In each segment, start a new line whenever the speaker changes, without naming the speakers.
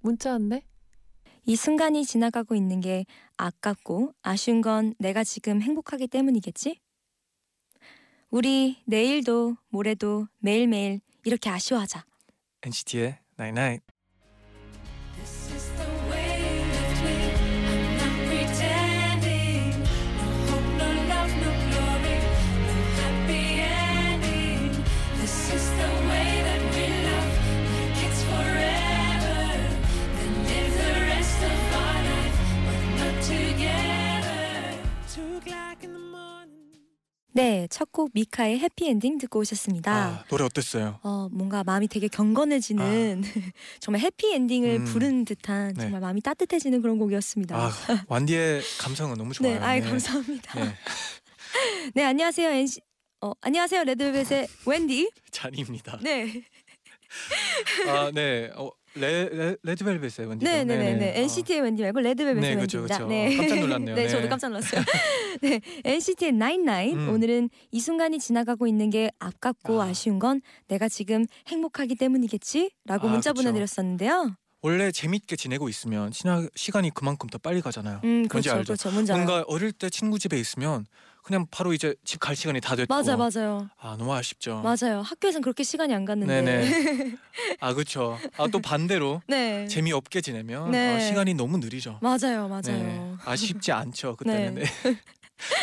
문자 왔네.
이 순간이 지나가고 있는 게 아깝고 아쉬운 건 내가 지금 행복하기 때문이겠지? 우리 내일도 모레도 매일매일 이렇게 아쉬워하자.
NCT의 Night Night.
This is the way you left me I'm not pretending No hope, no love, no glory No happy ending This is the way that we love Like it's forever Then live the rest of our life But not together Two o'clock in the morning
네, 첫 곡 미카의 해피엔딩 듣고 오셨습니다.
아, 노래 어땠어요?
어, 뭔가 마음이 되게 경건해지는 정말 해피엔딩을
아. 음.
부른 듯한
네.
정말 마음이 따뜻해지는 그런 곡이었습니다.
아, 완디의 감성은 너무 좋아요.
네, 아이 감사합니다.
네,
네, 안녕하세요. NC 어, 안녕하세요. 레드벨벳의 wendy
잔입니다.
네.
아, 네. 어, 레, 레, 레드벨벳의 완디.
네, 네, 네, 네.
아,
NCT의 웬디 말고 레드벨벳의
어. 네, 그쵸,
웬디입니다.
그쵸. 깜짝 놀랐네요.
네,
네.
저도 깜짝 놀랐어요. 네, NCT의 99
음.
오늘은 이 순간이 지나가고 있는 게 아깝고
아.
아. 쉬운건 내가 지금 행복하기
아,
때문이겠지라고 문자
그쵸.
보내드렸었는데요.
원래 재밌게 지내고 있으면 지나, 시간이 그만큼 더 빨리 가잖아요.
음,
뭔지
그렇죠,
알죠?
그렇죠. 뭔지 알아요.
뭔가 어릴 때 친구 집에 있으면 그냥 바로 이제 집 갈 시간이 다 됐고.
맞아, 맞아요,
아, 너무 아쉽죠.
맞아요. 학교에선 그렇게 시간이 안 갔는데.
네네. 아, 그렇죠. 아, 또 반대로
네.
재미없게 지내면
네.
어, 시간이 너무 느리죠.
맞아요, 맞아요.
네. 아쉽지 않죠. 그때는
네.
네.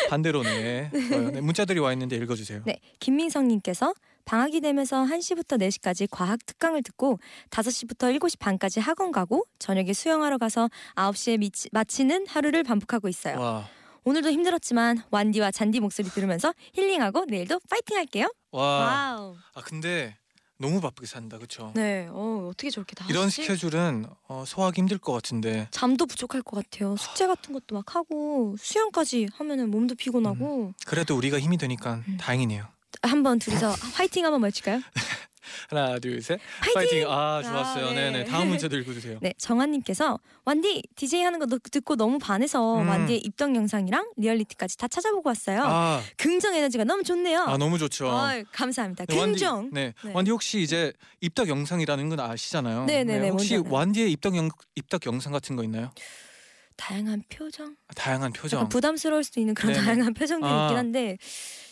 반대로네. 좋아요. 네, 문자들이 와 있는데 읽어주세요.
네, 김민성님께서 방학이 되면서 1시부터 4시까지 과학 특강을 듣고 5시부터 7시 반까지 학원 가고 저녁에 수영하러 가서 9시에 미치, 마치는 하루를 반복하고 있어요.
와,
오늘도 힘들었지만 완디와 잔디 목소리 들으면서 힐링하고 내일도 파이팅 할게요.
와.
와우.
아 근데 너무 바쁘게 산다, 그렇죠?
네, 어, 어떻게 저렇게 다
이런
하시지?
스케줄은 어, 소화하기 힘들 것 같은데.
잠도 부족할 것 같아요. 숙제 같은 것도 막 하고 수영까지 하면은 몸도 피곤하고
그래도 우리가 힘이 되니까
음.
다행이네요.
한번 둘이서 파이팅 한번 외칠까요?
하나, 둘, 셋.
파이팅!
아, 좋았어요.
아, 네.
네, 네. 다음 문자도 읽어주세요.
네, 정한님께서 완디 DJ 하는 거 너- 듣고 너무 반해서
음.
완디의 입덕 영상이랑 리얼리티까지 다 찾아보고 왔어요.
아,
긍정 에너지가 너무 좋네요.
아 너무 좋죠.
어이, 감사합니다.
네, 완디-
긍정.
네,
네.
완디 혹시 이제 입덕 영상이라는 건 아시잖아요.
네, 네, 네, 뭔지
혹시
알아요.
완디의 입덕 영 입덕 영상 같은 거 있나요?
다양한 표정,
다양한
약간
표정.
부담스러울 수도 있는 그런
네네.
다양한 표정들이
아.
있긴 한데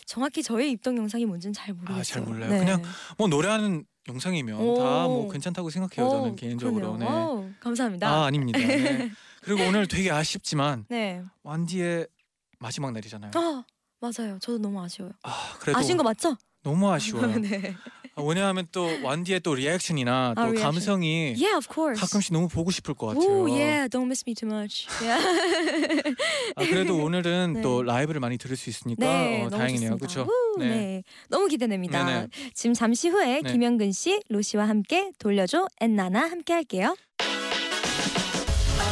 정확히 저의 입덕 영상이 뭔지는 잘 모르겠어요.
아, 잘 몰라요. 그냥 뭐 노래하는 영상이면
오.
다 뭐 괜찮다고 생각해요. 저는
오,
개인적으로.
그러네요.
네.
오, 감사합니다.
아 아닙니다. 네. 그리고 오늘 되게 아쉽지만
네.
완디의 마지막 날이잖아요.
아 맞아요. 저도 너무 아쉬워요.
아 그래도
아쉬운 거 맞죠?
너무 아쉬워요.
네.
아, 왜냐하면 또 완디의 또 리액션이나 또
아, 리액션.
감성이
Yeah, of course.
가끔씩 너무 보고 싶을 것 같아요.
오, 예. yeah, don't miss me too much. Yeah.
아, 그래도 오늘은
네.
또 라이브를 많이 들을 수 있으니까
네,
어,
너무
다행이네요.
좋습니다.
그렇죠?
우, 네. 너무 기대됩니다.
네네.
지금 잠시 후에
네.
김영근 씨, 로시와 함께 돌려줘 엔나나 함께 할게요.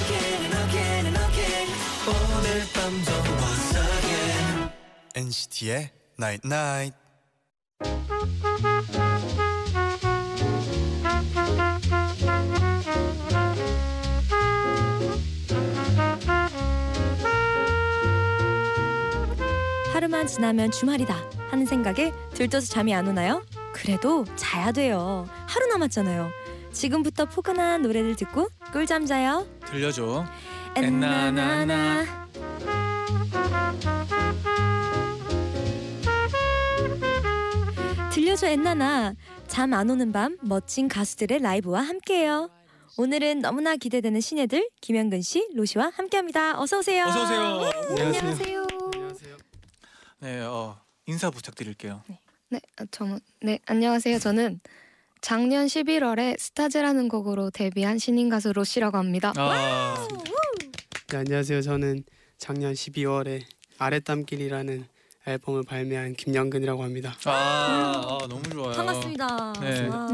Again and again and again 오늘 밤도 once again
NCT의 Night Night.
하루만 지나면 주말이다 하는 생각에 들떠서 잠이 안 오나요? 그래도 자야 돼요. 하루 남았잖아요. 지금부터 포근한 노래를 듣고 꿀잠 자요.
들려줘.
엔나나나. 들려줘 엔나나. 잠 안 오는 밤 멋진 가수들의 라이브와 함께해요. 오늘은 너무나 기대되는 신예들 김현근 씨, 로시와 함께합니다. 어서 오세요.
어서 오세요.
안녕하세요.
네, 어, 인사 부탁드릴게요.
네, 아, 저는 네 안녕하세요. 저는 작년 11월에 스타즈라는 곡으로 데뷔한 신인 가수 로시라고 합니다.
아,
네, 안녕하세요. 저는 작년 12월에 아랫담길이라는 앨범을 발매한 김영근이라고 합니다.
아, 아, 너무 좋아요.
반갑습니다.
네.
와.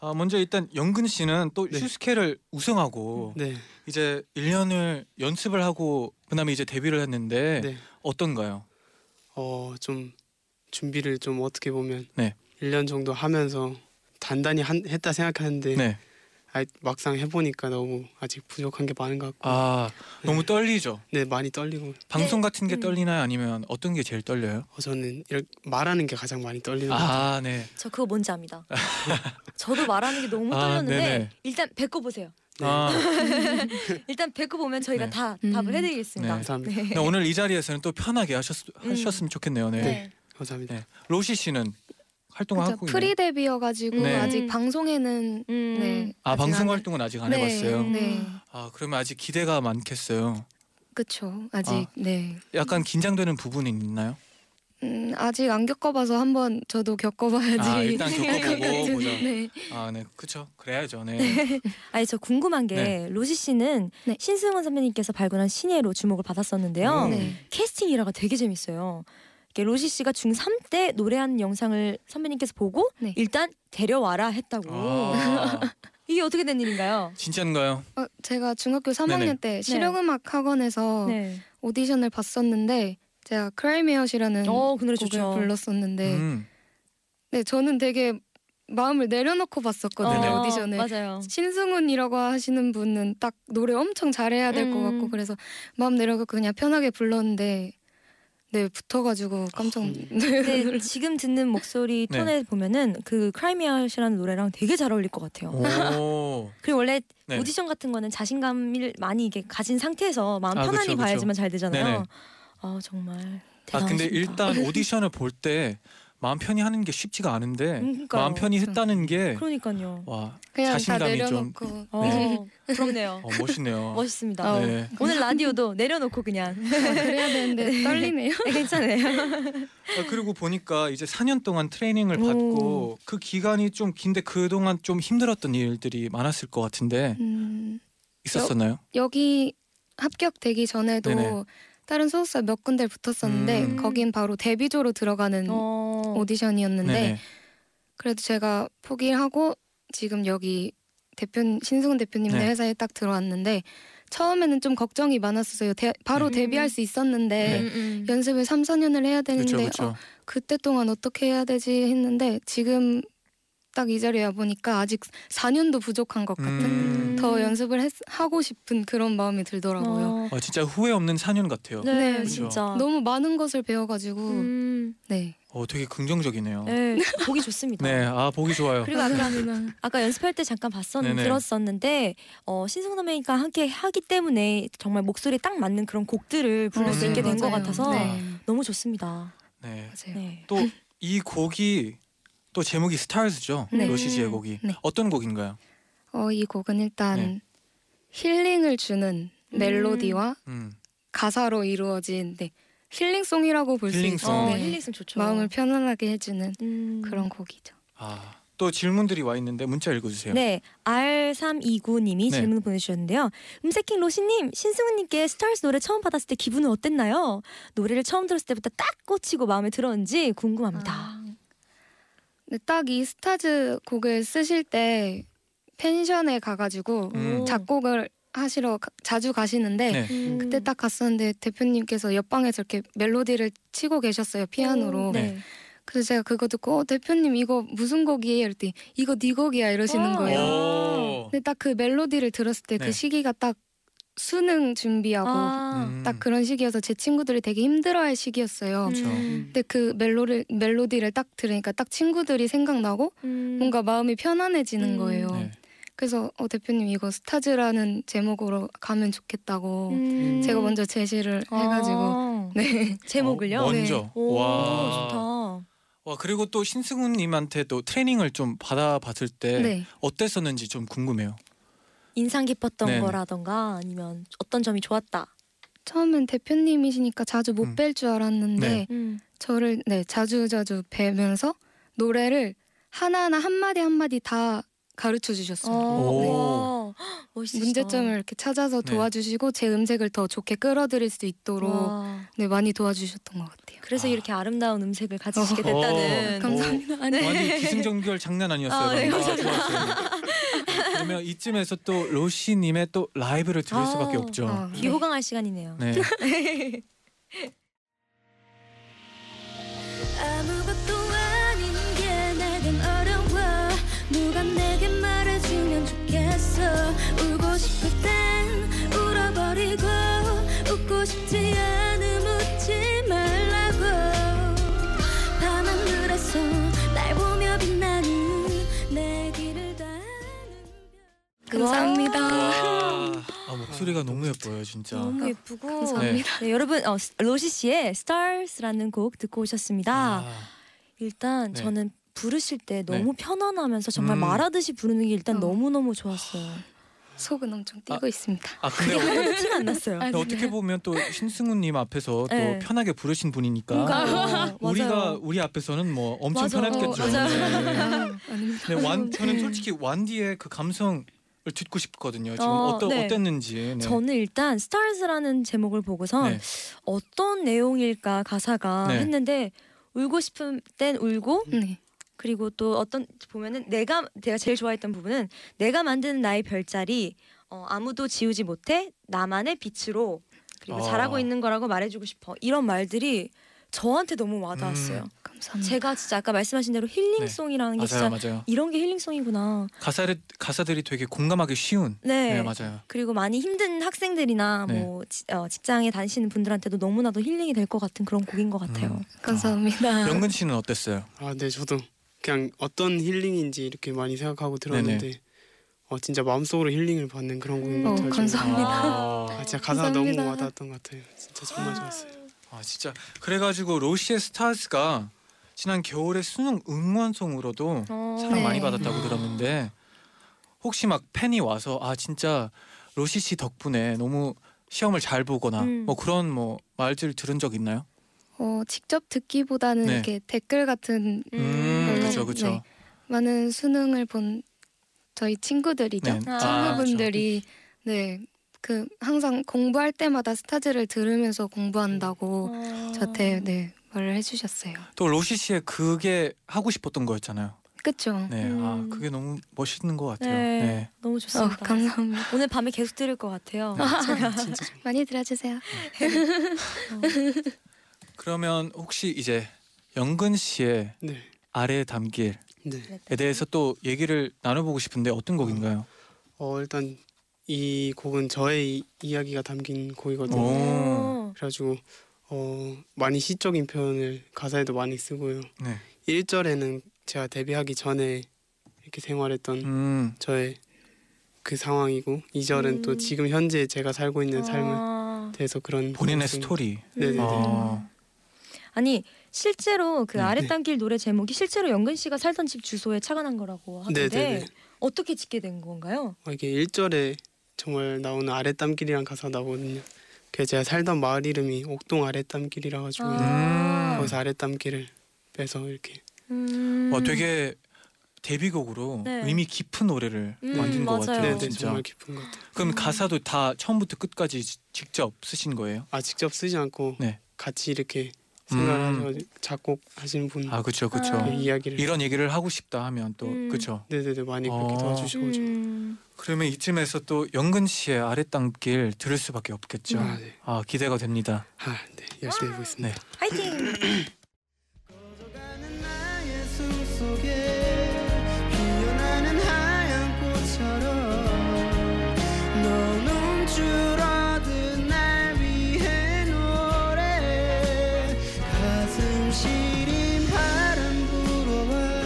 아, 먼저 일단 영근 씨는 또
네.
슈스케를 우승하고
네.
이제 1년을 연습을 하고 그다음에 이제 데뷔를 했는데
네.
어떤가요?
어, 좀 준비를 좀 어떻게 보면
네.
1년 정도 하면서 단단히 한, 했다 생각하는데
네.
아, 막상 해보니까 너무 아직 부족한 게 많은 것 같고
아 너무
네.
떨리죠.
네 많이 떨리고
방송
네.
같은 게
음.
떨리나요? 아니면 어떤 게 제일 떨려요?
어, 저는 이렇게 말하는 게 가장 많이 떨리는 것 같아요.
아 네.
저 그거 뭔지 압니다. 저도 말하는 게 너무
아,
떨렸는데
네네.
일단 뱉고 보세요.
네.
아,
일단 뱉고 보면 저희가
네.
다
음.
답을 해드리겠습니다.
네.
감사합니다.
네, 오늘 이 자리에서는 또 편하게 하셨,
음.
하셨으면 좋겠네요. 네.
네.
감사합니다.
네. 로시 씨는 어, 활동하고 있나요?
프리 데뷔여가지고
네.
아직
음.
방송에는
음.
네.
아
아직
방송
안-
활동은 아직 안
네.
해봤어요.
네.
아 그러면 아직 기대가 많겠어요.
그쵸. 아직
아.
네.
약간 긴장되는 부분이 있나요?
음, 아직 안 겪어봐서 한번 저도 겪어봐야지.
아 일단 겪어보고 보자.
네.
아네 그쵸 그래야죠. 네.
아니 저 궁금한 게
네.
로시 씨는
네.
신승훈 선배님께서 발굴한 신예로 주목을 받았었는데요.
음.
네.
캐스팅 일화가 되게 재밌어요. 이게 로시 씨가 중3 때 노래하는 영상을 선배님께서 보고
네.
일단 데려와라 했다고.
아
이게 어떻게 된 일인가요?
진짜인가요?
어, 제가 중학교 3학년 때 실용음악 학원에서
네.
오디션을 봤었는데 제가 크라이메어시라는
어, 그 노래
네. 곡을
좋죠.
불렀었는데
음.
네 저는 되게 마음을 내려놓고 봤었거든요
네네.
어,
오디션을
맞아요.
신승훈이라고 하시는 분은 딱 노래 엄청 잘해야 될 것
음.
같고 그래서 마음 내려고 그냥 편하게 불렀는데 네 붙어가지고 네. 깜짝
근데 지금 듣는 목소리
네.
톤에 보면은 그 크라이미아시라는 노래랑 되게 잘 어울릴 것 같아요.
오.
그리고 원래
네.
오디션 같은 거는 자신감을 많이 이게 가진 상태에서 마음
아,
편안히
그쵸, 그쵸.
봐야지만 잘 되잖아요.
네네.
아 정말
아 근데
대단하십니다.
일단 오디션을 볼 때 마음 편히 하는 게 쉽지가 않은데
음, 그러니까요.
마음 편히 했다는 게
그러니까요.
와
그냥 다
자신감이 좀-
내려놓고
어,
네.
부럽네요.
어, 멋있네요.
멋있습니다.
어.
네.
오늘 라디오도 내려놓고 그냥
그래야 되는데 떨리네요.
괜찮아요.
아, 그리고 보니까 이제 4년 동안 트레이닝을
오.
받고 그 기간이 좀 긴데 그 동안 좀 힘들었던 일들이 많았을 것 같은데
음,
있었었나요?
여기 합격되기 전에도
네네.
다른 소속사 몇 군데 붙었었는데
음.
거긴 바로 데뷔조로 들어가는
어,
오디션이었는데
네네.
그래도 제가 포기하고 지금 여기 대표 신승훈 대표님네
네.
회사에 딱 들어왔는데 처음에는 좀 걱정이 많았었어요. 대- 바로
네.
데뷔할 수 있었는데
음,
네.
연습을 3, 4년을 해야 되는데
그렇죠,
어,
그렇죠.
그때 동안 어떻게 해야 되지 했는데 지금 딱 이 자리에 와 보니까 아직 4년도 부족한 것 같은
음.
더 연습을 했- 하고 싶은 그런 마음이
어,
들더라고요.
아, 진짜 후회 없는 4년 같아요.
네,
네,
진짜.
너무 많은 것을 배워가지고
음,
네.
어, 되게 긍정적이네요. 네,
네, 보기 좋습니다.
아 보기 좋아요.
그리고 아까
어,
아까 연습할 때 잠깐 봤었
네네.
들었었는데 어, 신승 선배님과 함께 하기 때문에 정말 목소리에 딱 맞는 그런 곡들을 부를 수
음,
있게 된 것
맞아요.
같아서
네.
너무 좋습니다.
네,
맞아요.
네.
또 이 곡이 또 제목이 스타일즈죠.
네.
로시지의 곡이
네.
어떤 곡인가요?
어, 이 곡은 일단
네.
힐링을 주는
음.
멜로디와
음.
가사로 이루어진 네. 힐링송이라고 볼 수 있죠.
힐링송.
어,
네.
힐링성 좋죠.
마음을 편안하게 해주는
음.
그런 곡이죠.
아, 또 질문들이 와 있는데 문자 읽어주세요.
네, R329님이
네.
질문 보내주셨는데요. 음색킹 로시님, 신승훈님께 스타일스 노래 처음 받았을 때 기분은 어땠나요? 노래를 처음 들었을 때부터 딱 꽂히고 마음에 들었는지 궁금합니다.
아.
근데 딱 이 스타즈 곡을 쓰실 때 펜션에 가가지고
음.
작곡을 하시러 가- 자주 가시는데
네.
음.
그때 딱 갔었는데 대표님께서 옆방에서 이렇게 멜로디를 치고 계셨어요 피아노로.
네.
그래서 제가 그거 듣고 어, 대표님 이거 무슨 곡이에요? 이랬더니 이거 네 곡이야 이러시는
와.
거예요.
오.
근데 딱 그 멜로디를 들었을 때
아.
그
어. 네.
시기가 딱 수능 준비하고
아,
음.
딱 그런 시기여서 제 친구들이 되게 힘들어할 시기였어요.
그쵸.
음.
근데 그 멜로를 멜로디를 딱 들으니까 딱 친구들이 생각나고
음.
뭔가 마음이 편안해지는
음.
거예요.
네.
그래서 어 대표님 이거 스타즈라는 제목으로 가면 좋겠다고
음.
뭐 제가 먼저 제시를 해가지고
아.
네
제목을요.
어,
네.
먼저.
오,
와.
좋다.
와 그리고 또 신승훈님한테 또 트레이닝을 좀 받아봤을 때
네.
어땠었는지 좀 궁금해요.
인상 깊었던
네네.
거라던가 아니면 어떤 점이 좋았다.
처음엔 대표님이시니까 자주
음.
못 뵐 줄 알았는데
네.
음.
저를 네 자주 자주 뵈면서 노래를 하나하나 한 마디 한 마디 다 가르쳐 주셨어요.
오.
와, 헉, 멋있다.
문제점을 이렇게 찾아서
네.
도와주시고 제 음색을 더 좋게 끌어들일 수 있도록
와.
네, 많이 도와주셨던 것 같아요.
그래서
아.
이렇게 아름다운 음색을 가지시게
어.
됐다는. 네.
감-
감사합니다. 아,
완전 기승전결 장난 아니었어요.
아, 네,
방금. 좋았어요. 그러면 이쯤에서 또 로시님의 또 라이브를 들을
아.
수밖에 없죠.
아, 네.
귀호강할 시간이네요.
네.
아무것도 아닌 게 내겐 어려워 누가 내게 말해주면 좋겠어 울고 싶을 땐 울어버리고 웃고 싶지 않음 웃지 말라고 밤하늘에서 날 보며 빛나는 내 길을 다는
감사합니다.
와, 아, 목소리가 너무 예뻐요, 진짜.
너무 예쁘고.
어, 감사합니다.
네, 여러분 어, 로시 씨의 Stars라는 곡 듣고 오셨습니다. 일단
네.
저는 부르실 때 너무 편안하면서 정말
음.
말하듯이 부르는 게 일단
어.
너무 너무 좋았어요.
속은 엄청 뛰고 있습니다.
아, 근데
하나도 티안 났어요.
아,
어떻게 보면 또 신승훈님 앞에서
네.
또 편하게 부르신 분이니까
뭔가 어,
그러니까 우리가
맞아요.
우리 앞에서는 뭐 엄청
맞아.
편했겠죠.
어,
네.
아닙니다.
네, 완 저는
네.
솔직히 완디의 그 감성을 듣고 싶거든요. 지금
어,
어, 떠
네.
어땠는지. 네.
저는 일단 Stars라는 제목을 보고서
네.
어떤 내용일까 가사가
네. 음.
했는데 울고 싶은 땐 울고
네.
그리고 또 어떤 보면은 내가 내가 제일 좋아했던 부분은 내가 만드는 나의 별자리 어, 아무도 지우지 못해 나만의 빛으로 그리고
아.
잘하고 있는 거라고 말해주고 싶어 이런 말들이 저한테 너무 와닿았어요.
음. 네.
감사합니다.
제가 진짜 아까 말씀하신 대로 힐링송이라는 게 진짜
맞아요, 맞아요.
이런 게 힐링송이구나.
가사를 가사들이 되게 공감하기 쉬운.
네.
네, 맞아요.
그리고 많이 힘든 학생들이나
네.
뭐 지- 어, 직장에 다니시는 분들한테도 너무나도 힐링이 될 것 같은 그런 곡인 것 같아요. 네.
음.
아.
감사합니다.
명근 씨는 어땠어요?
아, 네, 저도 그냥 어떤 힐링인지 이렇게 많이 생각하고 들었는데 어, 진짜 마음속으로 힐링을 받는 그런 곡인 것
어,
같아요.
감사합니다.
네. 아,
아, 진짜 가사가
어, 감사합니다.
너무 와닿았던 것 같아요. 진짜 정말 좋았어요.
아, 진짜 그래가지고 로시의 스타즈가 지난 겨울에 수능 응원송으로도
어.
사랑
네.
많이 받았다고 들었는데 혹시 막 팬이 와서 아 진짜 로시 씨 덕분에 너무 시험을 잘 보거나
음.
뭐 그런 뭐 말들 들은 적 있나요?
어, 직접 듣기보다는
네.
이렇게 댓글 같은
음,
음,
그렇죠, 그렇죠.
네. 많은 수능을 본 저희 친구들이죠.
네. 그렇죠.
아,
친구분들이 네. 그 항상 공부할 때마다 스타즈를 들으면서 공부한다고
어.
저한테 네, 말을 해 주셨어요.
또 로시 씨의 그게 하고 싶었던 거였잖아요.
그쵸?
네,
음.
아 그게 너무 멋있는 것 같아요.
네.
네.
너무
어,
좋습니다.
감사합니다.
오늘 밤에 계속 들을 것 같아요.
진짜 정말.
많이 들어 주세요.
네. 그러면 혹시 이제 영근 씨의
네.
아래 담길에
네.
대해서 또 얘기를 나눠보고 싶은데 어떤 곡인가요?
어, 일단 이 곡은 저의 이- 이야기가 담긴 곡이거든요.
오.
그래가지고 어, 많이 시적인 표현을 가사에도 많이 쓰고요.
네.
1절에는 제가 데뷔하기 전에 이렇게 생활했던
음,
저의 그 상황이고 2절은 또
음.
지금 현재 제가 살고
네,
있는 삶을
아.
대해서 그런
본인의
말씀-
스토리.
네네네.
아,
아니 실제로 그
네.
아랫단길 노래 제목이 실제로 영근 씨가 살던 집 주소에 차관한 거라고 하던데
네네네.
어떻게 짓게 된 건가요?
어, 이게 1절에 정말 나오는 아랫담길이란 가사 나오거든요. 그 제가 살던 마을 이름이 옥동 아랫담길이라 가지고
아.
거기서 아랫담길을 빼서 이렇게
음.
와, 어, 되게 데뷔곡으로
네.
의미 깊은 노래를
음,
만든 것
맞아요. 음.
같아요.
네네
진짜.
정말 깊은 것 같아요.
그럼 가사도 다 처음부터 끝까지 지- 직접 쓰신 거예요?
아 직접 쓰지 않고
네.
같이 이렇게
음.
생각하셔가지고 작곡하신 분
아, 그렇죠, 그렇죠.
아.
그 이야기를
이런 얘기를 하고 싶다 하면 또
음.
그렇죠.
네네네 많이 그렇게
아.
도와주시고 좀-
음.
그러면 이쯤에서 또 영근 씨의 아랫단길 들을 수밖에 없겠죠.
음.
아, 네.
아 기대가 됩니다.
아, 네 열심히 해보겠습니다.
네.
화이팅!
꺼져가는 나의 숨속에 피어나는 하얀 꽃처럼 넌 움츠러든 날 위해 노래 가슴 시린 바람 불어와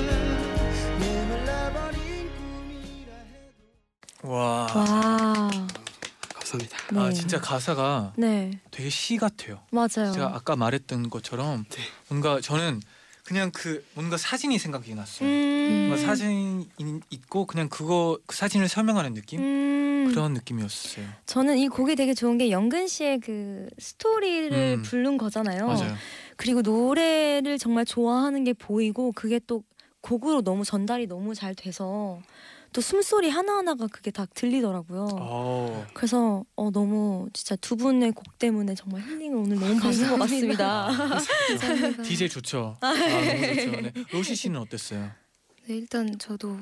메말라버린 꿈이라 해도
와.
와.
감사합니다.
네.
아 진짜 가사가
네
되게 시 같아요.
맞아요.
제가 아까 말했던 것처럼
네.
뭔가 저는 그냥 그 뭔가 사진이 생각이 났어요.
음.
뭔가 사진 있고 그냥 그거 그 사진을 설명하는 느낌
음.
그런 느낌이었어요.
저는 이 곡이 되게 좋은 게 영근 씨의 그 스토리를
음.
어. 부른 거잖아요.
맞아요.
그리고 노래를 정말 좋아하는 게 보이고 그게 또 곡으로 너무 전달이 너무 잘 돼서 또 숨소리 하나하나가 그게 다 들리더라고요.
어.
그래서 어, 너무 진짜 두 분의 곡 때문에 정말 힐링을 오늘 너무 받은 것
감사합니다.
같습니다.
감사합니다.
DJ 좋죠. 아, 너무 좋죠. 네. 로시 씨는 어땠어요?
네, 일단 저도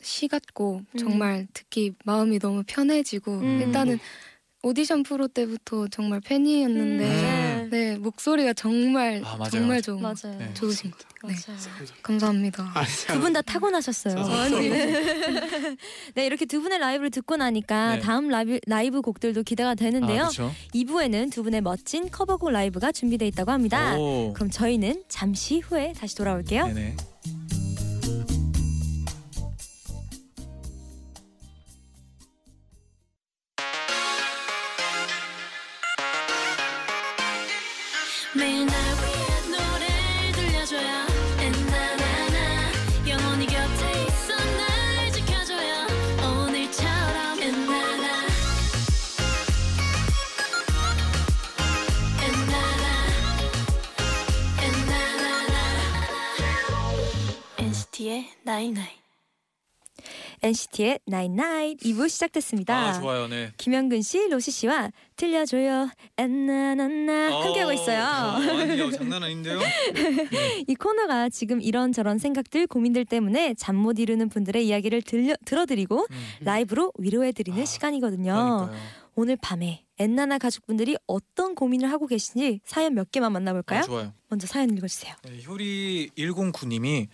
시 같고
음.
정말 듣기 마음이 너무 편해지고
음.
일단은 오디션 프로 때부터 정말 팬이었는데
음.
네 목소리가 정말
아, 맞아요,
정말
맞아요.
좋은
맞아요.
네.
좋으신 것
맞아요.
네.
같아요. 감사합니다.
아,
두 분 다 타고나셨어요.
아니.
네, 이렇게 두 분의 라이브를 듣고 나니까
네.
다음 라이브, 라이브 곡들도 기대가 되는데요.
아, 그쵸?
2부에는 두 분의 멋진 커버곡 라이브가 준비되어 있다고 합니다.
오.
그럼 저희는 잠시 후에 다시 돌아올게요.
네네.
매일 날 위해 노래를 들려줘요 엔나나나 영원히 곁에 있어 날 지켜줘요 오늘처럼 엔나나 엔나나 엔나나나 NCT의 나이나이
NCT의 Nine Night 2부 시작됐습니다.
아 좋아요, 네.
김현근 씨, 로시 씨와 들려줘요 엔나나나 아, 함께하고 있어요.
아니요, 장난 아닌데요.
이 코너가 지금 이런저런 생각들, 고민들 때문에 잠 못 이루는 분들의 이야기를 들려, 들어드리고
음,
라이브로 위로해드리는
아,
시간이거든요.
그러니까요. 어,
오늘 밤에 엔나나 가족분들이 어떤 고민을 하고 계신지 사연 몇 개만 만나볼까요?
아, 좋아요.
먼저 사연 읽어주세요.
네, 효리 109님이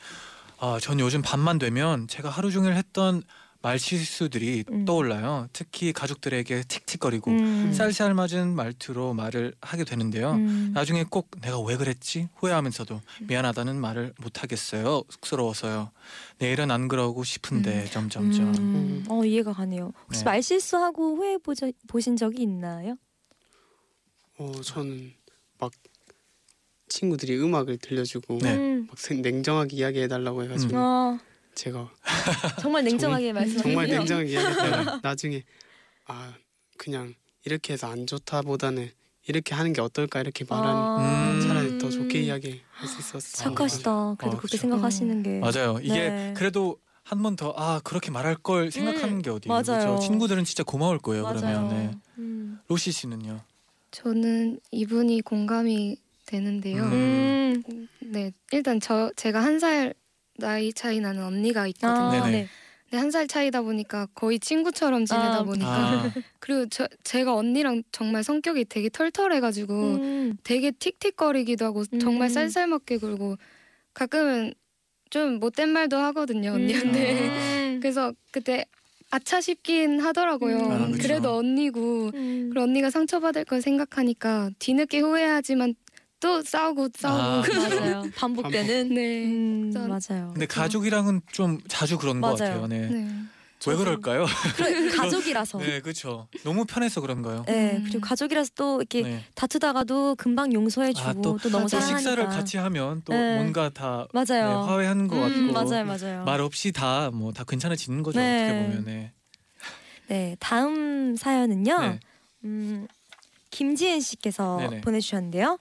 아, 전 요즘 밤만 되면 제가 하루 종일 했던 말 실수들이
음.
떠올라요. 특히 가족들에게 틱틱거리고
음.
쌀쌀 맞은 말투로 말을 하게 되는데요.
음.
나중에 꼭 내가 왜 그랬지 후회하면서도 미안하다는 말을 못 하겠어요. 쑥스러워서요. 내일은 안 그러고 싶은데 점점점.
음. 어 이해가 가네요. 혹시
네.
말실수하고 후회해 보자, 보신 적이 있나요?
어 저는 막 친구들이 음악을 들려주고
네.
음.
막 생- 냉정하게 이야기해달라고 해가지고
어
제가
정말 냉정하게 말씀하시네요.
정말 냉정하게 이야기했다가 나중에 아 그냥 이렇게 해서 안 좋다 보다는 이렇게 하는 게 어떨까 이렇게 말하면
아.
음.
차라리 더 좋게 이야기할 수 있었어
착하시다. 그래도
아,
그렇게
그쵸.
생각하시는 게
맞아요. 이게
네.
그래도 한 번 더 아 그렇게 말할 걸 생각하는
음,
게 어디예요?
맞아요.
그죠? 친구들은 진짜 고마울 거예요. 그러면 네.
음.
로시 씨는요?
저는 이분이 공감이 되는데요.
음.
음.
네 일단 저 제가 한 살 나이 차이 나는 언니가 있거든요.
아,
네네.
네.
근데 한 살 차이다 보니까 거의 친구처럼 지내다
아.
보니까
아,
그리고 저, 제가 언니랑 정말 성격이 되게 털털해가지고
음.
되게 틱틱거리기도 하고
음.
정말 쌀쌀맞게 굴고 가끔은 좀 못된 말도 하거든요 언니한테
아.
음.
그래서 그때 아차 싶긴 하더라고요
음. 아,
그쵸.
그래도 언니고
음.
그리고 언니가 상처받을 걸 생각하니까 뒤늦게 후회하지만 또 싸우고
아.
싸우고
맞아요. 반복되는.
네.
음,
짠.
맞아요.
근데 가족이랑은 좀 자주 그런 것
맞아요.
같아요. 네.
네.
왜 그럴까요?
그래, 가족이라서. 네.
네, 그렇죠. 너무 편해서 그런가요?
그리고 가족이라서 또 이렇게
네.
다투다가도 금방 용서해주고
아,
또, 너무
또
사랑하니까.
식사를 같이 하면 또
네.
뭔가 다 네,
맞아요.
화해하는 것
음,
같고
맞아요, 맞아요.
말 없이 다 뭐 다 괜찮아지는 거죠
네.
어떻게 보면. 네.
네, 다음 사연은요.
네.
음, 김지은 씨께서
네네.
보내주셨는데요.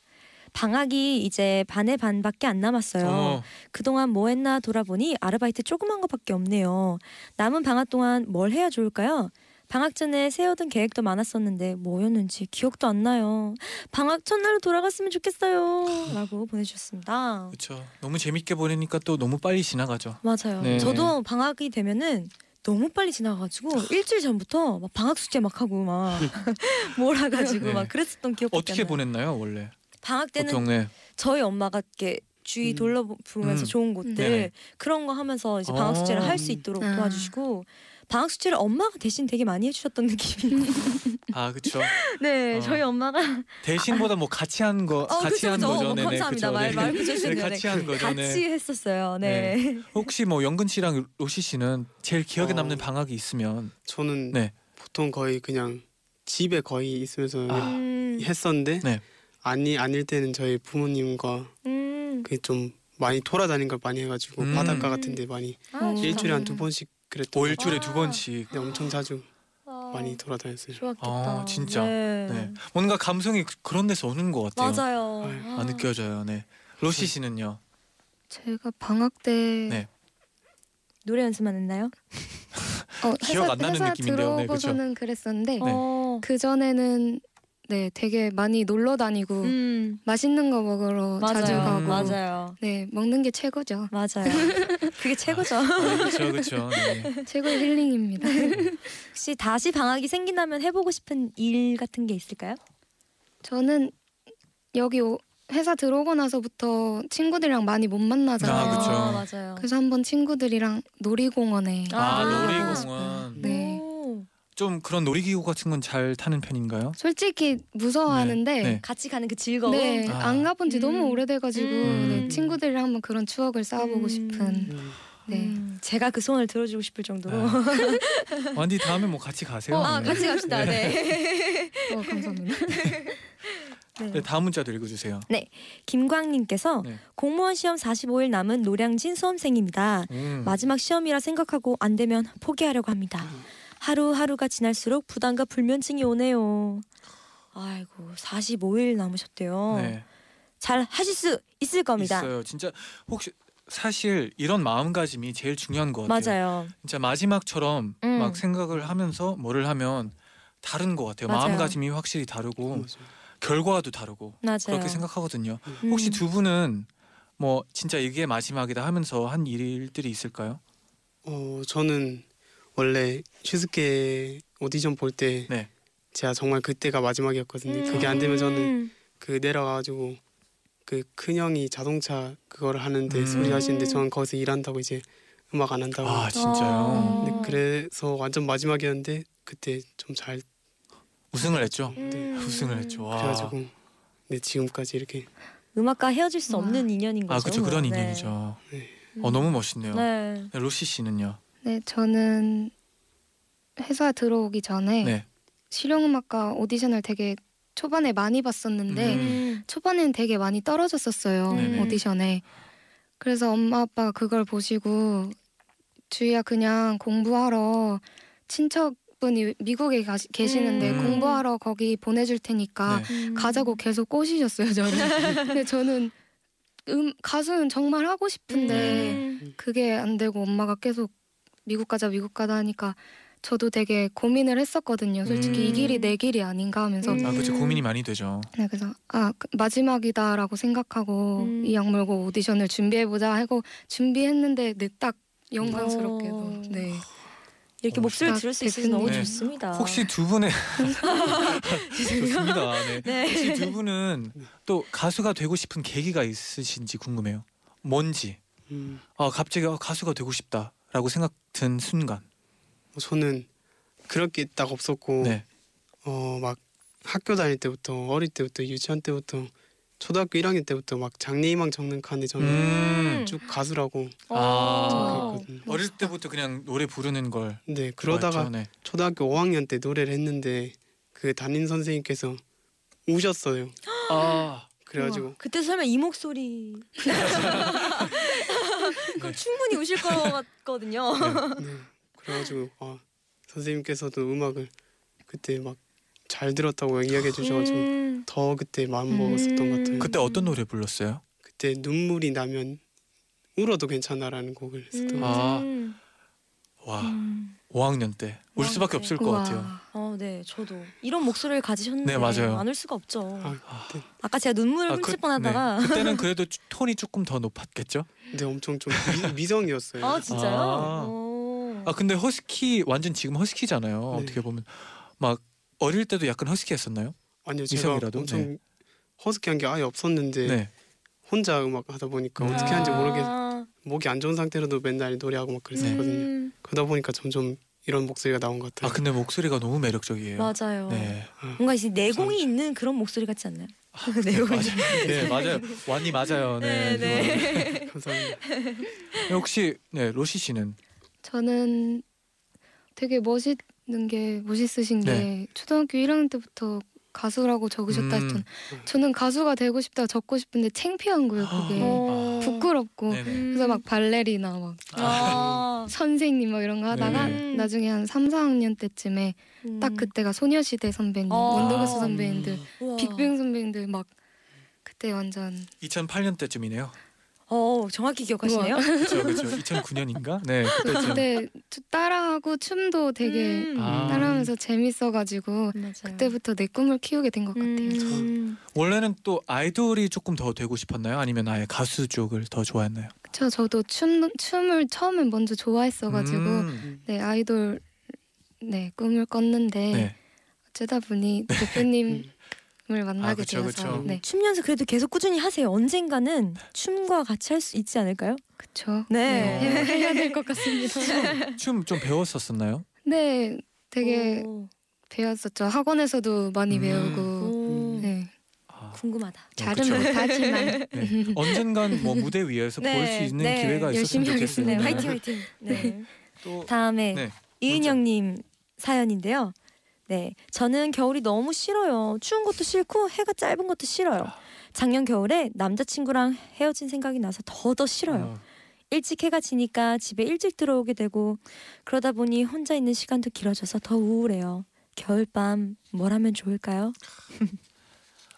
방학이 이제 반의 반밖에 안 남았어요.
어,
그동안 뭐 했나 돌아보니 아르바이트 조그만 것밖에 없네요. 남은 방학 동안 뭘 해야 좋을까요? 방학 전에 세워둔 계획도 많았었는데 뭐였는지 기억도 안 나요. 방학 첫날로 돌아갔으면 좋겠어요. 라고 보내주셨습니다.
그렇죠. 너무 재밌게 보내니까 또 너무 빨리 지나가죠.
맞아요.
네.
저도 방학이 되면은 너무 빨리 지나가지고
아.
일주일 전부터 막 방학 숙제 막 하고 막 몰아가지고
네.
막 그랬었던 기억밖에
어떻게
안 나요.
보냈나요 원래?
방학 때는
보통 네.
저희 엄마가 이렇게 주위
음.
돌려보면서
음.
좋은 곳들
네네.
그런 거 하면서 이제
어.
방학 숙제를 할 수 있도록
아.
도와주시고 방학 숙제를 엄마가 대신 되게 많이 해주셨던 느낌이
아 그렇죠.
네
어.
저희 엄마가
대신보다 뭐 같이 한 거,
어
같이
그쵸
한
그쵸
거죠.
어,
네네,
감사합니다
그쵸.
말
네.
말 붙여주시네요
네, 같이 한 거죠.
같이
네.
했었어요 네,
혹시 뭐 영근 씨랑 로시 씨는 제일 기억에
어.
남는 방학이 있으면
저는
네.
보통 거의 그냥 집에 거의 있으면서
아.
음,
했었는데
네.
아니 아닐 때는 저희 부모님과
음.
그 좀 많이 돌아다닌 걸 많이 해가지고
음.
바닷가 같은데 많이
아,
음.
일주일에 한 두
좋다.
번씩 그랬던
오
것
어, 일주일에
아.
두 번씩.
같아요. 엄청 자주
아,
많이 돌아다녔어요.
좋았겠다
아, 진짜.
네.
네. 뭔가 감성이 그- 그런 데서 오는 것 같아요.
맞아요
아유,
네.
안 느껴져요. 네. 로시 씨는요.
제가 방학 때
네.
노래 연습만 했나요?
어, 회사,
기억 안 나는
회사
느낌인데요. 네, 그쵸.
들어오고서는 그랬었는데
네.
어.
그 전에는 네 되게 많이 놀러 다니고
그
음.
맛있는 거 먹으러
맞아요.
음.
자주 가고
맞아요.
네 먹는 게 최고죠.
맞아요. 그게 최고죠.
그렇죠, 그렇죠. 네.
최고의 힐링입니다.
혹시 다시 방학이 생긴다면 해보고 싶은 일 같은 게 있을까요?
저는 여기 오- 회사 들어오고 나서부터 친구들이랑 많이 못 만나잖아요.
아, 그쵸.
맞아요.
그래서 한번 친구들이랑 놀이공원에
아,
아,
놀이공원.
네.
오.
좀 그런 놀이기구 같은 건 잘 타는 편인가요?
솔직히 무서워하는데
네.
네,
같이 가는 그 즐거움.
아.
안 가본 지
음.
너무 오래돼가지고
음.
네, 친구들이랑 한번 그런 추억을 쌓아보고
음.
싶은
음.
네.
음, 제가 그 손을 들어주고 싶을 정도로.
아, 완디 네. 다음에 뭐 같이 가세요.
어, 아,
네.
같이 갑시다. 네.
어, 감사합니다.
네, 다음 문자도 읽어주세요.
김광님께서
네.
공무원 시험 45일 남은 노량진 수험생입니다.
음.
마지막 시험이라 생각하고 안 되면 포기하려고 합니다. 하루하루가 지날수록 부담과 불면증이 오네요. 아이고, 45일 남으셨대요.
네,
잘 하실 수 있을 겁니다.
있어요. 진짜 혹시 사실 이런 마음가짐이 제일 중요한 것 같아요.
맞아요.
진짜 마지막처럼
음.
막 생각을 하면서 뭐를 하면 다른 것 같아요.
맞아요.
마음가짐이 확실히 다르고
어, 맞아요.
결과도 다르고
맞아요.
그렇게 생각하거든요.
네. 음.
혹시 두 분은 뭐 진짜 이게 마지막이다 하면서 한 일들이 있을까요?
어, 저는 원래 슈스케 오디션 볼 때
네.
제가 정말 그때가 마지막이었거든요.
음.
그게 안 되면 저는 그 내려가가지고 그 큰형이 자동차 그거를 하는데
음.
소리 하시는데 저는 거기서 일한다고 이제 음악 안 한다고.
아
음.
진짜요?
어.
근데 그래서 완전 마지막이었는데 그때 좀 잘
우승을 했죠.
네.
음.
우승을 했죠. 와.
그래가지고 네 지금까지 이렇게
음악과 헤어질 수
와.
없는 인연인 거죠.
아 그렇죠. 그런
네. 음.
인연이죠.
네.
어 너무 멋있네요.
네.
네, 로시 씨는요?
네, 저는 회사 들어오기 전에
네.
실용음악과 오디션을 되게 초반에 많이 봤었는데
음.
초반엔 되게 많이 떨어졌었어요
네네.
오디션에 그래서 엄마 아빠가 그걸 보시고 주희야 그냥 공부하러 친척분이 미국에 가시, 계시는데
음.
공부하러 거기 보내줄 테니까
네.
음.
가자고 계속 꼬시셨어요 저를 근데 저는 음 가수는 정말 하고 싶은데
음.
그게 안 되고 엄마가 계속 미국 가자 미국 가다 하니까 저도 되게 고민을 했었거든요. 솔직히
음.
이 길이 내 길이 아닌가 하면서
음.
아 그렇죠. 고민이 많이 되죠.
네, 그래서 아 그- 마지막이다라고 생각하고
음.
이 악물고 오디션을 준비해 보자 하고 준비했는데 네, 딱 영광스럽게도
오.
네.
이렇게
어,
목소리
멋있다.
들을 수 있어서 너무
네.
좋습니다.
혹시 두 분의 좋습니다. 네. 혹시 두 분은 또 가수가 되고 싶은 계기가 있으신지 궁금해요. 뭔지.
음,
아 갑자기 아, 가수가 되고 싶다라고 생각 든 순간.
저는 뭐 그렇게 딱 없었고
네.
어 막 학교 다닐 때부터 어릴 때부터 유치원 때부터 초등학교 1학년 때부터 막 장래희망 적는 칸에 저는
음.
쭉 가수라고
아.
어.
그랬거든요.
어릴 때부터 그냥 노래 부르는 걸
네 그러다가
좋아했죠. 네.
초등학교 5학년 때 노래를 했는데 그 담임 선생님께서 우셨어요.
아.
그래가지고
그때 설마 이 목소리 그럼 충분히 우실 것 같거든요.
네, 그래가지고 아 선생님께서도 음악을 그때 막 잘 들었다고 이야기해 주셔가지고
음.
더 그때 마음 먹었었던 것 같아요.
그때 어떤 노래 불렀어요?
그때 눈물이 나면 울어도 괜찮아라는 곡을 했었던
음.
것 같아요.
아. 와.
음.
5학년 때 울
5학년
수밖에
때.
없을 것
우와.
같아요.
어, 네, 저도 이런 목소리를 가지셨는데
네, 맞아요.
안울 수가 없죠.
아,
아까 제가 눈물을
아, 그-
훔칠 뻔하다가
네. 그때는 그래도 쭈- 톤이 조금 더 높았겠죠?
근데 네, 엄청 좀 미, 성이었어요
아 진짜요?
아.
오.
아 근데 허스키 완전 지금 허스키잖아요.
네.
어떻게 보면 막 어릴 때도 약간 허스키했었나요?
아니요, 제가
미성이라도?
엄청 허스키한 게 아예 없었는데
네.
혼자 음악 하다 보니까
음.
어떻게 하는지 모르겠.
아.
목이 안 좋은 상태로도 맨날 노래하고 막 그랬었거든요.
음,
그러다 보니까 점점 이런 목소리가 나온 것
아
같아요.
근데 목소리가 너무 매력적이에요.
맞아요.
네.
뭔가 이제 내공이 있는 그런 목소리 같지 않나요? 내공이.
맞아요. 네 맞아요. 완이 맞아요. 네.
네.
감사합니다.
네, 혹시 네 로시 씨는
저는 되게 멋있는 게 멋있으신 게
네.
초등학교 1학년 때부터 가수라고 적으셨다
음.
했던 저는 가수가 되고 싶다 적고 싶은데 창피한 거예요 그게
어.
부끄럽고
네네.
그래서 막 발레리나 막
음. 아.
선생님 막 이런 거 하다가
네네.
나중에 한 3, 4학년 때쯤에
음.
딱 그때가 소녀시대 선배님,
어.
원더걸스
아.
선배님들,
음.
우와.
빅뱅 선배님들 막 그때 완전
2008년 때쯤이네요.
어 정확히 기억하시네요.
그렇죠, 그렇죠. 2009년인가? 네, 그때쯤.
그때 추- 따라하고 춤도 되게
음.
아.
따라하면서 재밌어가지고 그때부터 내 꿈을 키우게 된 것 같아요.
음.
원래는 또 아이돌이 조금 더 되고 싶었나요? 아니면 아예 가수 쪽을 더 좋아했나요?
저 저도 춤 춤을 처음에 먼저 좋아했어가지고
음,
네 아이돌 네 꿈을 꿨는데
네.
어쩌다 보니 대표님을 만나게
아, 그쵸,
되어서
그쵸.
네
춤 연습 그래도 계속 꾸준히 하세요. 언젠가는 춤과 같이 할 수 있지 않을까요?
그쵸
네. 어.
네, 해야 될 것 같습니다.
춤 좀 배웠었었나요?
네 되게
오,
배웠었죠 학원에서도 많이
음.
배우고
오,
네
아,
궁금하다.
잘은
그쵸.
음,
못하지만
네. 언젠간 뭐 무대 위에서
네,
볼 수 있는
네.
기회가 있었으면
열심히
좋겠어요.
네,
네.
화이팅 화이팅. 네.
또
다음에
네,
이은영님 사연인데요. 네, 저는 겨울이 너무 싫어요. 추운 것도 싫고 해가 짧은 것도 싫어요. 작년 겨울에 남자친구랑 헤어진 생각이 나서 더더 싫어요.
어,
일찍 해가 지니까 집에 일찍 들어오게 되고 그러다 보니 혼자 있는 시간도 길어져서 더 우울해요. 겨울밤 뭘 하면 좋을까요?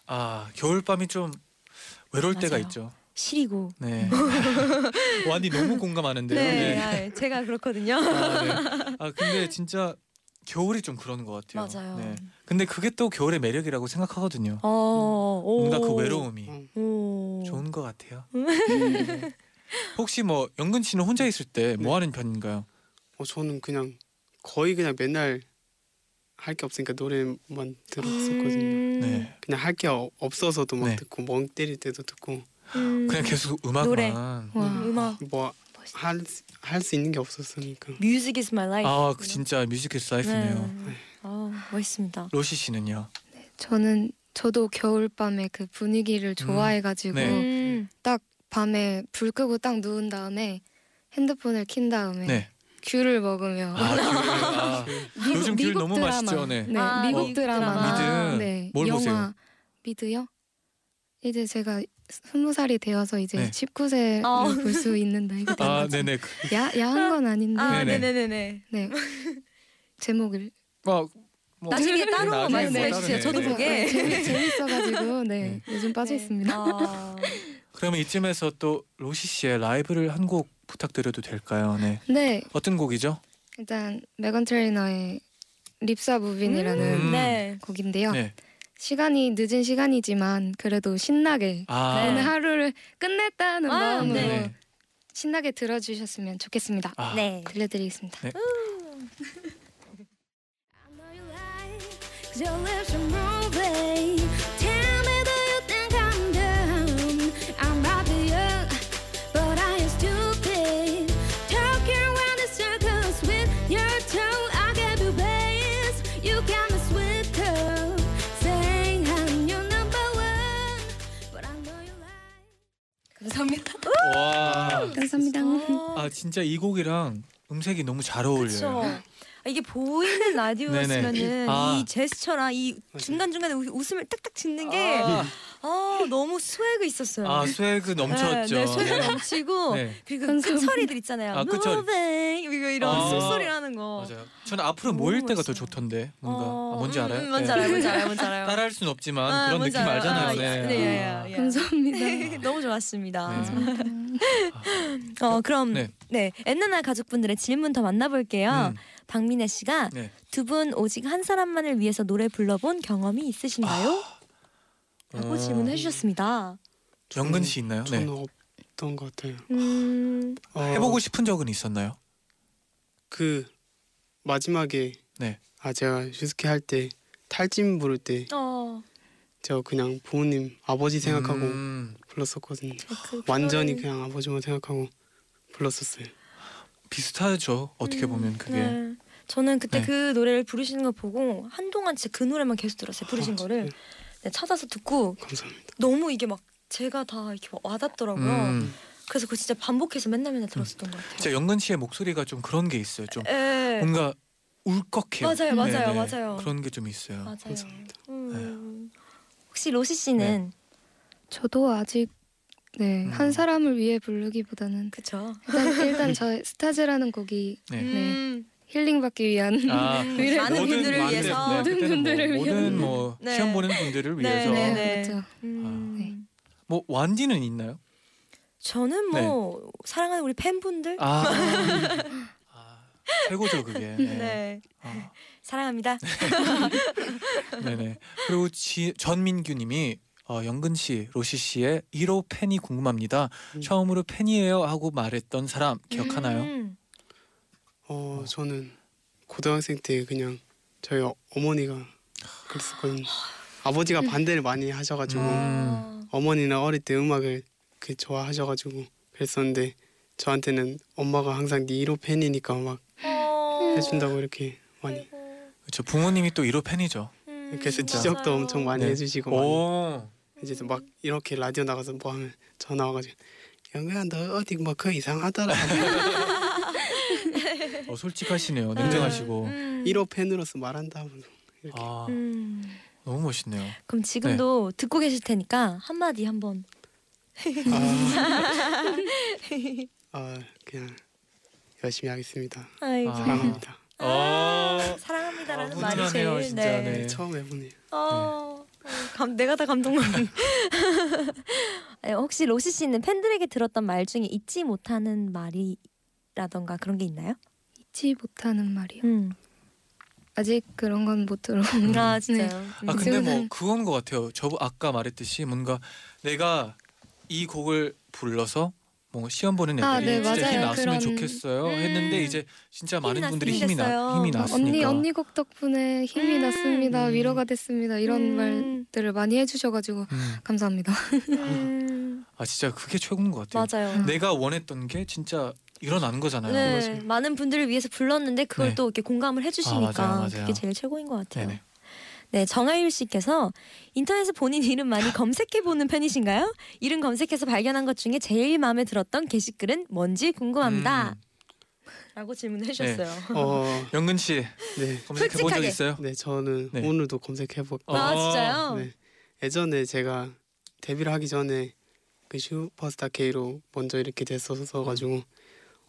아 겨울밤이 좀 외로울 때가
맞아요.
있죠.
시리고.
네. 완이 너무 공감하는데요.
네,
네.
아, 제가 그렇거든요.
아, 네. 아 근데 진짜 겨울이 좀 그런 것 같아요.
맞아요.
네. 근데 그게 또 겨울의 매력이라고 생각하거든요.
어, 오.
뭔가 그 외로움이
음.
오.
좋은 것 같아요. 네. 혹시 뭐 영근 씨는 혼자 있을 때 뭐 하는 편인가요?
어 저는 그냥 거의 그냥 맨날 할 게 없으니까 노래만 들었었거든요.
음,
네.
그냥 할 게 없어서도 막
네.
듣고 멍 때릴 때도 듣고
음.
그냥 계속 음악만. 아,
노래.
와
음악
뭐 할 할 수 있는 게 없었으니까.
네.
Music is my life.
아, 그 진짜 뮤직 이스 라이프네요.
네. 아, 멋있습니다.
로시 씨는요?
저는 저도 겨울밤에 그 분위기를
음.
좋아해가지고
네.
음.
밤에 불 끄고 딱 누운 다음에 핸드폰을 킨 다음에
네.
귤을 먹으며
아, 그, 아, 요즘 귤 너무 맛있죠. 네.
네,
아,
미국
미국
드라마.
드라마.
미드.
네,
뭘
영화.
보세요?
미드요? 이제 제가 스무 살이 되어서 이제
네.
19세를
어.
볼 수 있는 나이가 된
아,
거죠.
네네. 그,
야, 야한 건 아닌데.
아,
네네.
네네네네.
네. 제목을
아, 뭐,
나중에
나중에
다른 거
뭐
어, 말씀해
다른
주세요.
애.
저도 보게.
네. 재미, 재밌어가지고 네, 요즘 빠져 있습니다.
네. 아,
그러면 이쯤에서 또 로시 씨의 라이브를 한 곡 부탁드려도 될까요? 네.
네,
어떤 곡이죠?
일단 메건 트레이너의 립사 무빈이라는
음.
네.
곡인데요.
네.
시간이 늦은 시간이지만 그래도 신나게
아.
오늘 하루를 끝냈다는
아,
마음으로
네.
신나게 들어주셨으면 좋겠습니다.
아,
네.
들려드리겠습니다.
I know you like, cause your lips are moving. Tell me, do you think I'm dumb? I'm rather young, but I am stupid. Talking around in circles with your tongue. I gave you bass, you got me sweet too. Saying I'm your number one, but I know you like.
감사합니다.
어, 와.
감사합니다.
아, 진짜 이 곡이랑 음색이 너무 잘 어울려요.
그렇죠. 이게 보이는
네네.
라디오였으면은
아.
이 제스처랑 이 중간 중간에 웃음을 딱딱 짓는 게
아,
아, 너무 스웩이 있었어요.
아, 스웨그 넘쳤죠.
네, 네, 소리 넘치고
네.
그리고
감사합니다.
끝소리들 있잖아요.
아, 끝소리.
무뱅 이거 이런
아.
숨소리라는 거.
맞아요. 저는 앞으로
어. 너무
모일 때가 더
멋있어요.
좋던데. 뭔가
어,
아, 뭔지
음,
알아요?
음, 뭔지
네.
알아요. 뭔지 알아요. 뭔지 알아요.
따라할 순 없지만
아,
그런
뭔지
느낌
알아요.
알잖아요.
아,
네.
예, 예, 예, 예.
감사합니다.
너무 좋았습니다.
네.
어 그럼
네.
네, 엔나나 가족분들의 질문 더 만나볼게요.
음.
박민혜 씨가
네.
두 분 오직 한 사람만을 위해서 노래 불러본 경험이 있으신가요? 라고
아, 어,
질문해 주셨습니다.
영근 씨 있나요?
저는
네.
없던 것 같아요.
음,
어,
해보고 싶은 적은 있었나요?
그 마지막에
네.
아 제가 슈스케 할 때 탈진 부를 때 저
어,
그냥 부모님 아버지 생각하고
음,
불렀었거든요.
아,
완전히 그냥 아버지만 생각하고 불렀었어요.
비슷하죠. 어떻게 보면 그게.
네. 저는 그때
네.
그 노래를 부르시는 거 보고 한동안 진짜 그 노래만 계속 들었어요. 부르신
아,
거를
네,
네, 찾아서 듣고
감사합니다.
너무 이게 막 제가 다 이렇게 와닿더라고요.
음.
그래서 그거 진짜 반복해서 맨날 맨날 들었었던 것 같아요.
진짜 영근 씨의 목소리가 좀 그런 게 있어요. 좀
예.
뭔가 울컥해요. 네,
맞아요, 맞아요, 맞아요.
그런 게 좀 있어요.
맞아요.
감사합니다.
네.
음. 혹시 로시 씨는
저도 아직 네,
음.
한 사람을 위해 부르기보다는
그쵸?
일단, 일단 저의 스타즈라는 곡이
네.
음.
힐링 받기 위한
아,
위를 네. 많은
모든
분들을
많은-
위해서.
네, 그때는 뭐
모든 분들을
모든 뭐
네.
시험 보는 분들을
네,
위해서
네, 네.
그렇죠.
음.
네.
뭐 완디는 있나요?
저는 뭐 사랑하는 우리
네.
팬분들
아, 아, 최고죠 그게. 네.
네.
아,
사랑합니다.
어, 네네. 그리고 지, 전민규님이 어, 영근 씨, 로시 씨의 1호 팬이 궁금합니다.
음.
처음으로 팬이에요 하고 말했던 사람 기억하나요?
음.
어 저는 고등학생 때 그냥 저희 어- 어머니가 그랬었거든요. 아버지가
음.
반대를 많이 하셔가지고
음.
아,
어머니는 어릴 때 음악을 그 좋아하셔가지고 그랬었는데 저한테는 엄마가 항상 네 1호 팬이니까 막
음.
어.
해준다고 이렇게 많이
그렇죠. 부모님이 또 1호 팬이죠.
음,
그래서
맞아요.
지적도 엄청 많이
네.
해주시고 그 많이
오,
이제 막 이렇게 라디오 나가서 뭐 하면 전화 와가지고 영근아 너 어디 뭐 그 이상하더라
어, 솔직하시네요. 냉정하시고.
음.
1호 팬으로서 말한다 하면 이렇게
아,
음.
너무 멋있네요.
그럼
네.
지금도 듣고 계실 테니까 한마디 한번.
아, 아 그냥 열심히 하겠습니다
아이고.
아.
사랑합니다 아.
어,
사랑합니다라는
아,
말이
훈훈하네요,
제일
진짜.
네.
네.
처음 해보네요
아,
어, 어, 감, 내가 다 감동받는. 네, 혹시 로시 씨는 팬들에게 들었던 말 중에 잊지 못하는 말이라던가 그런 게 있나요?
잊지 못하는 말이요.
음.
아직 그런 건 못 들어온 것
아
같-
진짜요.
아
음.
근데 뭐
이제는-
그건 것 같아요. 저 아까 말했듯이 뭔가 내가 이 곡을 불러서 뭐 시험 보는 애들이
아, 네,
진짜 힘
맞아요.
났으면
그런-
좋겠어요
음.
했는데 이제 진짜 많은
났-
분들이
힘이
힘이 나
됐어요.
힘이
막
났으니까
언니 언니 곡 덕분에 힘이
음.
났습니다.
아, 음.
위로가 됐습니다. 이런
음.
말들을 많이 해주셔가지고
음.
감사합니다.
음,
아 진짜 그게 최고인 것 같아요.
맞아요.
내가 원했던 게 진짜 일어나는 거잖아요.
네,
맞아요.
많은 분들을 위해서 불렀는데 그걸
네.
또 이렇게 공감을 해주시니까
아, 맞아요, 맞아요.
그게 제일 최고인 것 같아요.
네네.
네, 정하율 씨께서 인터넷에 본인 이름 많이 검색해 보는 편이신가요? 이름 검색해서 발견한 것 중에 제일 마음에 들었던 게시글은 뭔지 궁금합니다.
음.
라고
네.
질문해 주셨어요.
어네네
영근 씨 검색해 본 적
솔직하게.
있어요?
저는
네.
오늘도 검색해볼
어.
아 진짜요?
네. 예전에 제가 데뷔를 하기 전에 그 슈퍼스타 K로 먼저 이렇게 됐었어 가지고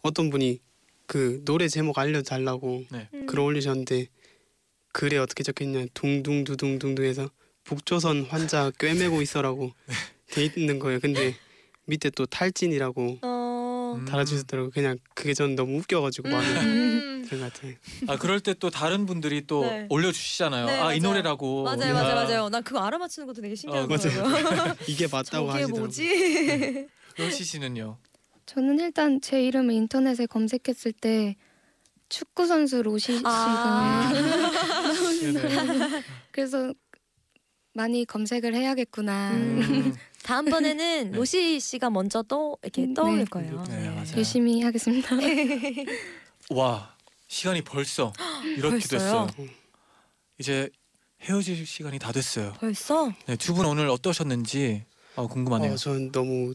어떤 분이 그 노래 제목 알려달라고
음.
글을 올리셨는데 글에 어떻게 적혀있냐 둥둥두둥둥둥해서 북조선 환자 꿰매고 있어라고 돼 있는 거예요. 근데 밑에 또 탈진이라고
어.
음.
달아주셨더라고. 그냥 그게 저는 너무 웃겨가지고 마음에
음.
그런 것 같아요.
아 그럴 때 또 다른 분들이 또
네.
올려주시잖아요.
네,
아 이
맞아요.
노래라고.
맞아요, 맞아요, 맞아요. 난 그거 알아맞히는 것도
어,
되게 신기하더라고요.
이게 맞다고
저게
하시더라고요. 음.
뭐지?
로시 씨는요?
저는 일단 제 이름을 인터넷에 검색했을 때 축구 선수 로시 씨가
아.
네네.
그래서 많이 검색을 해야겠구나.
음.
다음번에는
네.
로시 씨가 먼저 또 이렇게
음,
네.
떠올 거예요.
네, 맞아요.
열심히 하겠습니다.
네.
와 시간이 벌써 이렇게
벌써요?
됐어요. 이제 헤어질 시간이 다 됐어요.
벌써?
네, 두 분 오늘 어떠셨는지 어, 궁금하네요.
어, 전 너무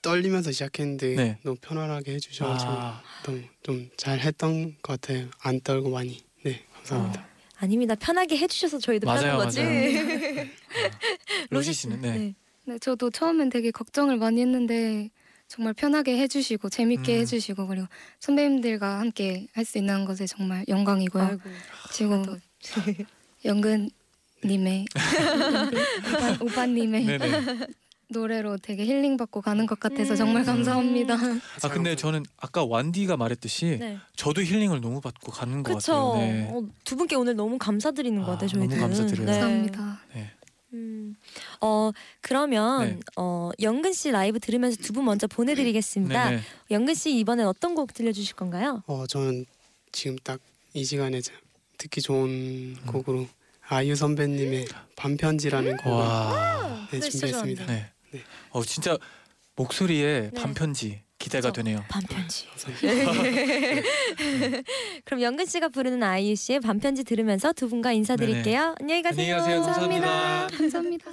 떨리면서 시작했는데
네.
너무 편안하게 해주셔가지고
아,
너무 좀 잘했던 것 같아요. 안 떨고 많이. 네, 감사합니다.
아닙니다. 편하게 해주셔서 저희도 편한
맞아요,
거지.
맞아요. 로시 씨는 네.
네.
네, 저도 처음엔 되게 걱정을 많이 했는데 정말 편하게 해주시고 재밌게
음.
해주시고 그리고 선배님들과 함께 할 수 있는 것에 정말 영광이고요.
네,
그리고 영근님의 오빠, 오빠님의
네. 네네.
노래로 되게 힐링 받고 가는 것 같아서 정말
음.
감사합니다.
아 근데 저는 아까 완디가 말했듯이
네.
저도 힐링을 너무 받고 가는 것
그쵸.
같아요. 네.
어, 두 분께 오늘 너무 감사드리는 것
아,
같아요.
너무
저희들은.
감사드려요. 네.
감사합니다.
음. 어 그러면
네.
어 영근 씨 라이브 들으면서 두 분 먼저 보내드리겠습니다.
네네.
영근 씨 이번엔 어떤 곡 들려주실 건가요?
어, 저는 지금 딱 이 시간에 자- 듣기 좋은
음.
곡으로 아이유 선배님의 반편지라는 곡을
와.
네,
진짜
준비했습니다.
어. 네.
네.
어 진짜 목소리에
네.
반편지 기대가
그쵸.
되네요.
반편지.
감사합니다.
그럼 영근 씨가 부르는 아이유 씨의 반편지 들으면서 두 분과 인사드릴게요. 안녕히 가세요.
안녕히 가세요. 감사합니다.
감사합니다.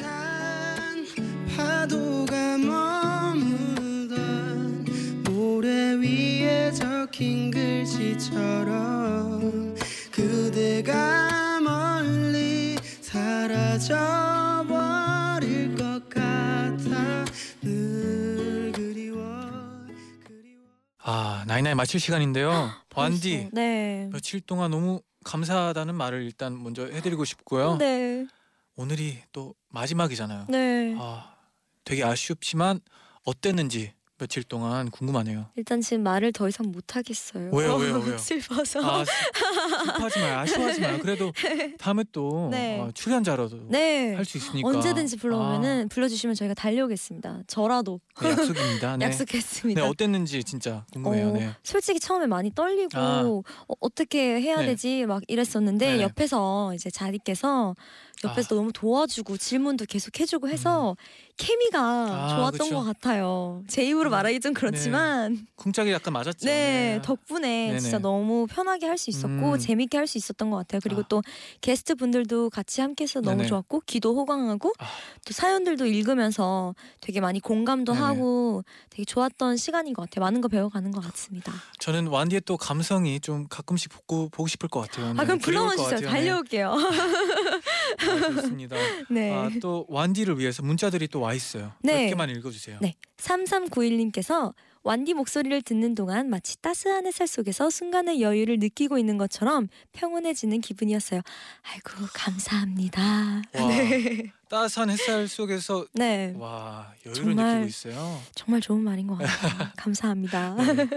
난 파도가 머물던 모래 위에 적힌 글씨처럼 그대가 멀리 사라져 버릴 것 같아 늘 그리워 그리워
아 나이나이 마칠 시간인데요.
아,
완디
네.
며칠 동안 너무 감사하다는 말을 일단 어?
음,
먼저 해드리고 싶고요.
네.
오늘이 또 마지막이잖아요.
네.
아 되게 아쉽지만 어땠는지 며칠 동안 궁금하네요.
일단 지금 말을 더 이상 못 하겠어요.
왜요, 왜요, 왜요?
슬퍼서.
아, 슬- 슬퍼하지 마요. 아쉬워하지 마요. 그래도 다음에 또
네.
어, 출연자로도
네.
할 수 있으니까
언제든지 불러오면은 불러주시면 저희가 달려오겠습니다. 저라도
아, 네, 약속입니다. 네.
약속했습니다.
네, 어땠는지 진짜 궁금해요.
어,
네.
솔직히 처음에 많이 떨리고
아.
어, 떻게 해야
네.
되지 막 이랬었는데
네네. 아.
옆에서 이제 자리께서 옆에서 너무 도와주고 질문도 계속 해주고 해서 케미가
음. 아,
좋았던
그쵸.
것 같아요. 제
음.
입으로 말하기 좀 그렇지만
쿵짝이 약간 맞았죠.
네, 덕분에
네네.
진짜 너무 편하게 할 수 있었고
음.
재밌게 할 수 있었던 것 같아요. 그리고
아.
또 게스트 분들도 같이 함께해서 너무
네네.
좋았고 기도 호강하고
아.
또 사연들도 읽으면서 되게 많이 공감도
네네.
하고 되게 좋았던 시간인 것 같아요. 많은 거 배워가는 것 같습니다.
저는 완디의 또 감성이 좀 가끔씩 보고, 보고 싶을 것 같아요.
아
네,
그럼
그리울
불러만
것
주세요.
같아요. 네.
달려올게요.
아, 좋습니다.
네.
아, 또 완디를 위해서 문자들이 또 와 있어요.
네.
몇 개만 읽어주세요.
네. 3391님께서 완디 목소리를 듣는 동안 마치 따스한 햇살 속에서 순간의 여유를 느끼고 있는 것처럼 평온해지는 기분이었어요. 아이고 감사합니다.
와.
네.
따스한 햇살 속에서
네.
와 여유를
정말.
느끼고 있어요.
정말 좋은 말인 것 같아요. 감사합니다.
네.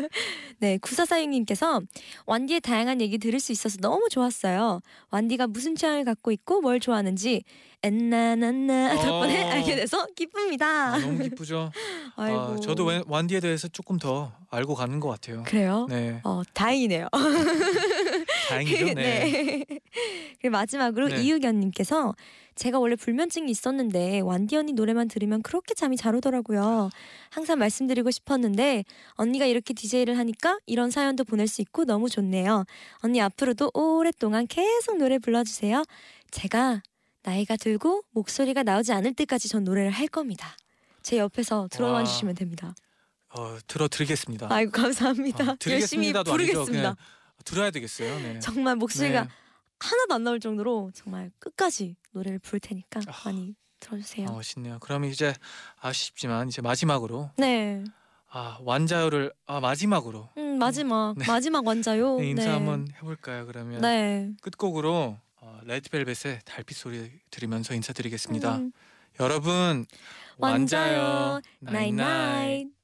네, 구사사육님께서 완디의 다양한 얘기 들을 수 있어서 너무 좋았어요. 완디가 무슨 취향을 갖고 있고 뭘 좋아하는지 엔나나나
어.
덕분에 알게 돼서 기쁩니다.
아, 너무 기쁘죠.
아이고.
아, 저도 웬- 완디에 대해서 조금 더 알고 가는 것 같아요.
그래요?
네,
어, 다행이네요.
다행이죠. 네.
그리고 마지막으로
네.
이유견님께서 제가 원래 불면증이 있었는데 완디 언니 노래만 들으면 그렇게 잠이 잘 오더라고요. 항상 말씀드리고 싶었는데 언니가 이렇게 DJ를 하니까 이런 사연도 보낼 수 있고 너무 좋네요. 언니 앞으로도 오랫동안 계속 노래 불러주세요. 제가 나이가 들고 목소리가 나오지 않을 때까지 전 노래를 할 겁니다. 제 옆에서 들어와
와.
주시면 됩니다.
어, 들어드리겠습니다.
아이고 감사합니다.
어,
열심히
드리겠습니다도 아니죠.
부르겠습니다.
그냥 들어야 되겠어요. 네.
정말 목소리가
네.
하나도 안 나올 정도로 정말 끝까지 노래를 부를 테니까
아.
많이 들어주세요.
어, 신네요. 그럼 이제 아쉽지만 이제 마지막으로
네,
아, 완자요를 아, 마지막으로
음, 마지막 마지막 완자요.
네, 인사
네.
한번 해볼까요? 그러면
네.
끝곡으로 어, 레드벨벳의 달빛 소리 들으면서 인사드리겠습니다.
음,
여러분
완자요. 음. 나이 나이.